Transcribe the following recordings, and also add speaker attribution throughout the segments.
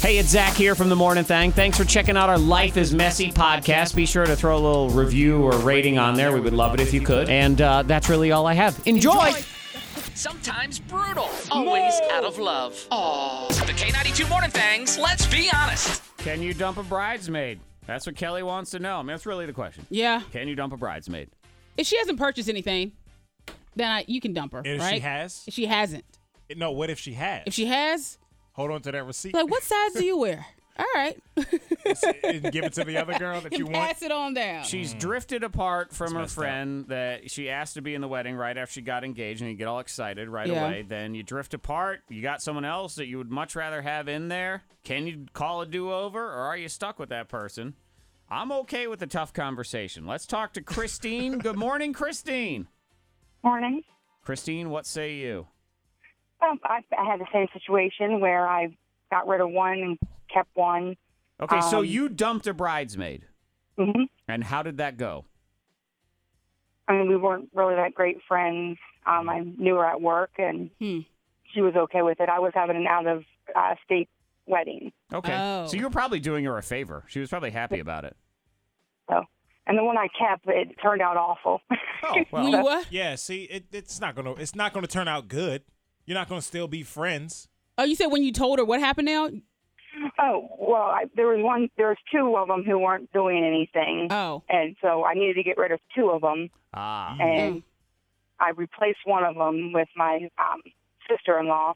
Speaker 1: Hey, it's Zach here from The Morning Thing. Thanks for checking out our Life is Messy podcast. Be sure to throw a little review or rating on there. We would love it if you could. And uh, that's really all I have. Enjoy!
Speaker 2: Sometimes brutal. Always out of love. Oh, the K92 Morning Fangs. Let's be honest.
Speaker 1: Can you dump a bridesmaid? That's what Kelly wants to know. I mean, that's really the question.
Speaker 3: Yeah.
Speaker 1: Can you dump a bridesmaid?
Speaker 3: If she hasn't purchased anything, then I, you can dump her,
Speaker 4: And if
Speaker 3: right?
Speaker 4: she has?
Speaker 3: If she hasn't.
Speaker 4: No, what if she has?
Speaker 3: If she has,
Speaker 4: Hold on to that receipt
Speaker 3: like, what size do you wear? All right.
Speaker 4: and give it to the other girl that you want.
Speaker 3: Pass it on down.
Speaker 1: She's drifted apart from her
Speaker 4: messed up.
Speaker 1: friend that she asked to be in the wedding right after she got engaged, and you get all excited right
Speaker 3: Yeah.
Speaker 1: away. Then you drift apart. You got someone else that you would much rather have in there. Can you call a do over, or are you stuck with that person? I'm okay with a tough conversation. Let's talk to Christine. Good morning, Christine.
Speaker 5: Morning.
Speaker 1: Christine, what say you?
Speaker 5: Um, I, I had the same situation where I got rid of one and kept one.
Speaker 1: Okay, so
Speaker 5: Um,
Speaker 1: you dumped a bridesmaid,
Speaker 5: hmm
Speaker 1: and how did that go?
Speaker 5: I mean, we weren't really that great friends. Um, I knew her at work, and
Speaker 3: Hmm.
Speaker 5: she was okay with it. I was having an out of uh, state wedding,
Speaker 1: Okay,
Speaker 3: Oh.
Speaker 1: so you were probably doing her a favor. She was probably happy about it.
Speaker 5: so and the one I kept, it turned out awful.
Speaker 4: Oh, well.
Speaker 3: Will you what?
Speaker 4: Yeah, see, it, it's not gonna it's not gonna turn out good. You're not gonna still be friends.
Speaker 3: Oh, you said when you told her what happened now?
Speaker 5: oh well, I, there was one. There was two of them who weren't doing anything,
Speaker 3: Oh.
Speaker 5: and so I needed to get rid of two of them,
Speaker 1: Ah,
Speaker 5: and
Speaker 3: Mm.
Speaker 5: I replaced one of them with my um, sister-in-law,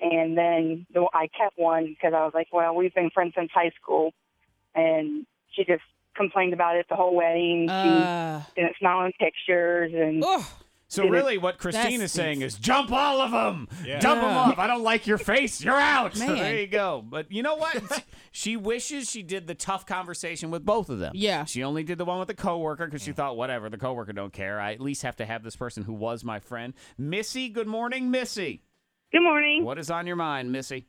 Speaker 5: and then the, I kept one because I was like, well, we've been friends since high school, and she just complained about it the whole wedding.
Speaker 3: Uh,
Speaker 5: she didn't smile in pictures, and
Speaker 3: oh.
Speaker 1: So
Speaker 5: Did it-
Speaker 1: really, what Christine is
Speaker 3: stinks.
Speaker 1: saying is, jump all of them,
Speaker 4: Yeah.
Speaker 1: dump them
Speaker 3: Yeah.
Speaker 1: off. I don't like your face. You're out.
Speaker 3: Man.
Speaker 1: There you go. But you know what? she wishes she did the tough conversation with both of them.
Speaker 3: Yeah.
Speaker 1: She only did the one with the coworker because she thought, whatever, the coworker don't care. I at least have to have this person who was my friend, Missy. Good morning, Missy.
Speaker 6: Good morning.
Speaker 1: What is on your mind, Missy?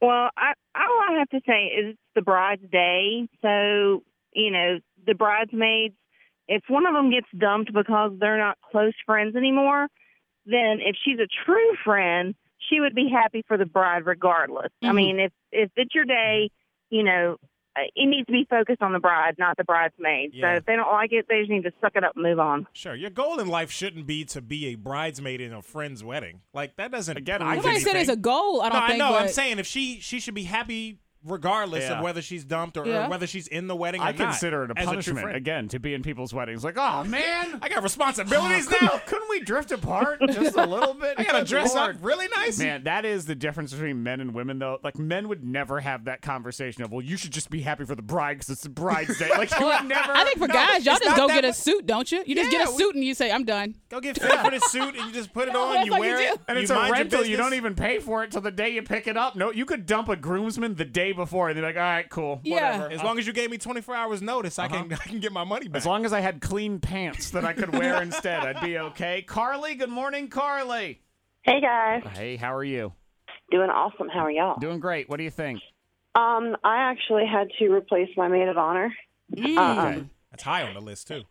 Speaker 6: Well, I all I have to say is it's the bride's day, so you know the bridesmaids. If one of them gets dumped because they're not close friends anymore, then if she's a true friend, she would be happy for the bride regardless. I
Speaker 3: Mhm.
Speaker 6: mean, if if it's your day, you know. uh, It needs to be focused on the bride, not the bridesmaid.
Speaker 4: Yeah.
Speaker 6: So if they don't like it, they just need to suck it up and move on.
Speaker 4: Sure, your goal in life shouldn't be to be a bridesmaid in a friend's wedding. Like that doesn't
Speaker 1: Again,
Speaker 4: prove
Speaker 1: I
Speaker 3: Nobody said
Speaker 4: anything.
Speaker 3: it's a goal. I don't
Speaker 4: no,
Speaker 3: think.
Speaker 4: I know. I'm
Speaker 3: but-
Speaker 4: saying if she she should be happy regardless
Speaker 1: Yeah.
Speaker 4: of whether she's dumped or, or
Speaker 3: Yeah.
Speaker 4: whether she's in the wedding.
Speaker 1: I
Speaker 4: or not,
Speaker 1: consider it a
Speaker 4: as true
Speaker 1: punishment
Speaker 4: friend.
Speaker 1: again to be in people's weddings. Like, oh man,
Speaker 4: I got responsibilities
Speaker 1: couldn't,
Speaker 4: now.
Speaker 1: couldn't we drift apart just a little bit?
Speaker 4: I gotta
Speaker 1: Good
Speaker 4: dress
Speaker 1: Lord.
Speaker 4: up really nice.
Speaker 1: Man, that is the difference between men and women, though. Like, men would never have that conversation of, well, you should just be happy for the bride because it's the bride's day. Like, you would never.
Speaker 3: I think for
Speaker 4: No,
Speaker 3: guys, y'all just
Speaker 4: it's not
Speaker 3: go
Speaker 4: that
Speaker 3: get a
Speaker 4: much-
Speaker 3: suit, don't you? You just get a
Speaker 4: Yeah, we-
Speaker 3: suit and you say, "I'm done."
Speaker 4: Go get fit for the suit and you just put it
Speaker 3: No,
Speaker 4: on.
Speaker 3: that's
Speaker 4: You
Speaker 3: what you
Speaker 4: wear
Speaker 3: do.
Speaker 4: it.
Speaker 1: And it's
Speaker 4: mind
Speaker 1: a
Speaker 4: your
Speaker 1: rental. You
Speaker 4: business.
Speaker 1: don't even pay for it till the day you pick it up. No, you could dump a groomsman the day before and be like, all right, cool.
Speaker 3: Yeah.
Speaker 1: Whatever.
Speaker 4: As long as you gave me 24 hours notice, I can I can get my money back.
Speaker 1: Uh-huh. As long as I had clean pants that I could wear instead, I'd be okay. Carly, good morning, Carly.
Speaker 7: Hey guys,
Speaker 1: Hey, how are you?
Speaker 7: doing awesome. How are y'all?
Speaker 1: Doing great. What do you think?
Speaker 7: Um, I actually had to replace my maid of honor.
Speaker 1: Okay.
Speaker 4: That's high on the list too.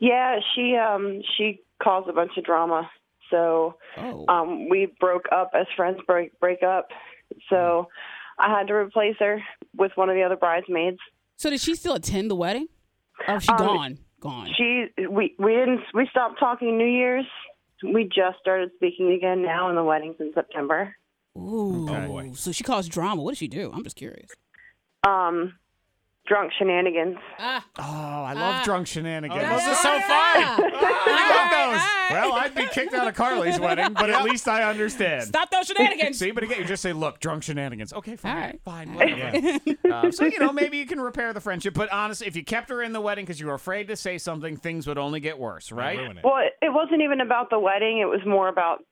Speaker 7: Yeah, she um she caused a bunch of drama, so
Speaker 3: Oh.
Speaker 7: um we broke up as friends break break up. So I had to replace her with one of the other bridesmaids.
Speaker 3: So did she still attend the wedding? Oh, she
Speaker 7: Um,
Speaker 3: gone, gone.
Speaker 7: She we we didn't we stopped talking New Year's. We just started speaking again now, and the wedding's in September.
Speaker 3: Ooh.
Speaker 4: Oh, boy.
Speaker 3: So she caused drama. What did she do? I'm just curious.
Speaker 7: Um, drunk shenanigans.
Speaker 3: Ah.
Speaker 1: Oh, I love drunk shenanigans.
Speaker 4: Oh, those are so
Speaker 3: Yeah.
Speaker 4: fun.
Speaker 1: Well, I'd be kicked out of Carly's wedding, but at least I understand.
Speaker 3: Stop those shenanigans.
Speaker 1: See, but again, you just say, "Look, drunk shenanigans." Okay, fine,
Speaker 3: All right.
Speaker 1: fine,
Speaker 3: All
Speaker 1: whatever. Uh, so you know, maybe you can repair the friendship. But honestly, if you kept her in the wedding because you were afraid to say something, things would only get worse, right?
Speaker 4: Ruin it.
Speaker 7: Well, it- it wasn't even about the wedding. It was more about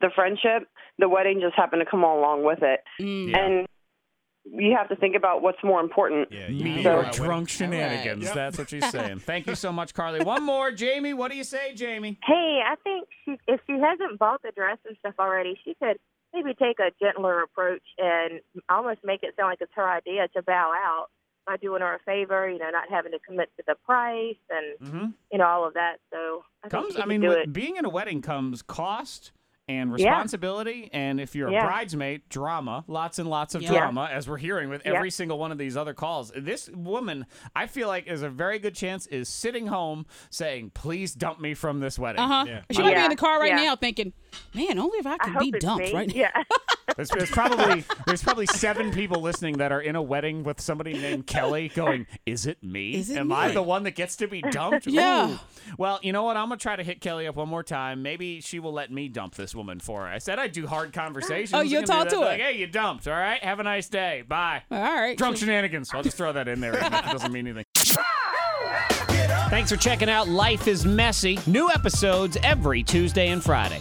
Speaker 7: the friendship. The wedding just happened to come along with it.
Speaker 3: Mm.
Speaker 1: Yeah.
Speaker 7: And you have to think about what's more important.
Speaker 4: Yeah, you
Speaker 1: Me
Speaker 4: can go
Speaker 1: or
Speaker 4: out with it.
Speaker 1: drunk shenanigans.
Speaker 4: Yep.
Speaker 1: That's what she's saying. Thank you so much, Carly. One more, Jamie. What do you say, Jamie?
Speaker 8: Hey, I think she, if she hasn't bought the dress and stuff already, she could maybe take a gentler approach and almost make it sound like it's her idea to bow out by doing her a favor, you know, not having to commit to the price and
Speaker 1: Mm-hmm.
Speaker 8: you know all of that. So I think
Speaker 1: Comes.
Speaker 8: she
Speaker 1: I mean,
Speaker 8: could do
Speaker 1: with-
Speaker 8: it.
Speaker 1: being in a wedding comes cost and responsibility. And if you're
Speaker 8: Yeah.
Speaker 1: a bridesmaid, drama, lots and lots of
Speaker 3: Yeah.
Speaker 1: drama, as we're hearing with
Speaker 8: Yeah.
Speaker 1: every single one of these other calls. This woman, I feel like, is a very good chance is sitting home saying, "Please dump me from this wedding."
Speaker 3: Uh
Speaker 8: Uh-huh.
Speaker 3: huh.
Speaker 4: Yeah.
Speaker 3: She might be
Speaker 8: Yeah.
Speaker 3: in the car right
Speaker 8: Yeah.
Speaker 3: now thinking, "Man, only if I
Speaker 8: I
Speaker 3: could
Speaker 8: hope
Speaker 3: be
Speaker 8: it's
Speaker 3: dumped
Speaker 8: me.
Speaker 3: right now."
Speaker 8: Yeah.
Speaker 1: There's, there's probably there's probably seven people listening that are in a wedding with somebody named Kelly going, Is it me?
Speaker 3: Is it
Speaker 1: Am
Speaker 3: me?"
Speaker 1: I the one that gets to be dumped?
Speaker 3: Yeah.
Speaker 1: Ooh. Well, you know what? I'm gonna try to hit Kelly up one more time. Maybe she will let me dump this woman for her. I said I'd do hard conversations.
Speaker 3: Oh,
Speaker 1: I'm
Speaker 3: you'll
Speaker 1: gonna do that.
Speaker 3: talk to her.
Speaker 1: Like, hey, you dumped, all right? Have a nice day. Bye.
Speaker 3: All right.
Speaker 1: Drunk shenanigans. I'll just throw that in there. even if It doesn't mean anything. Thanks for checking out Life is Messy. New episodes every Tuesday and Friday.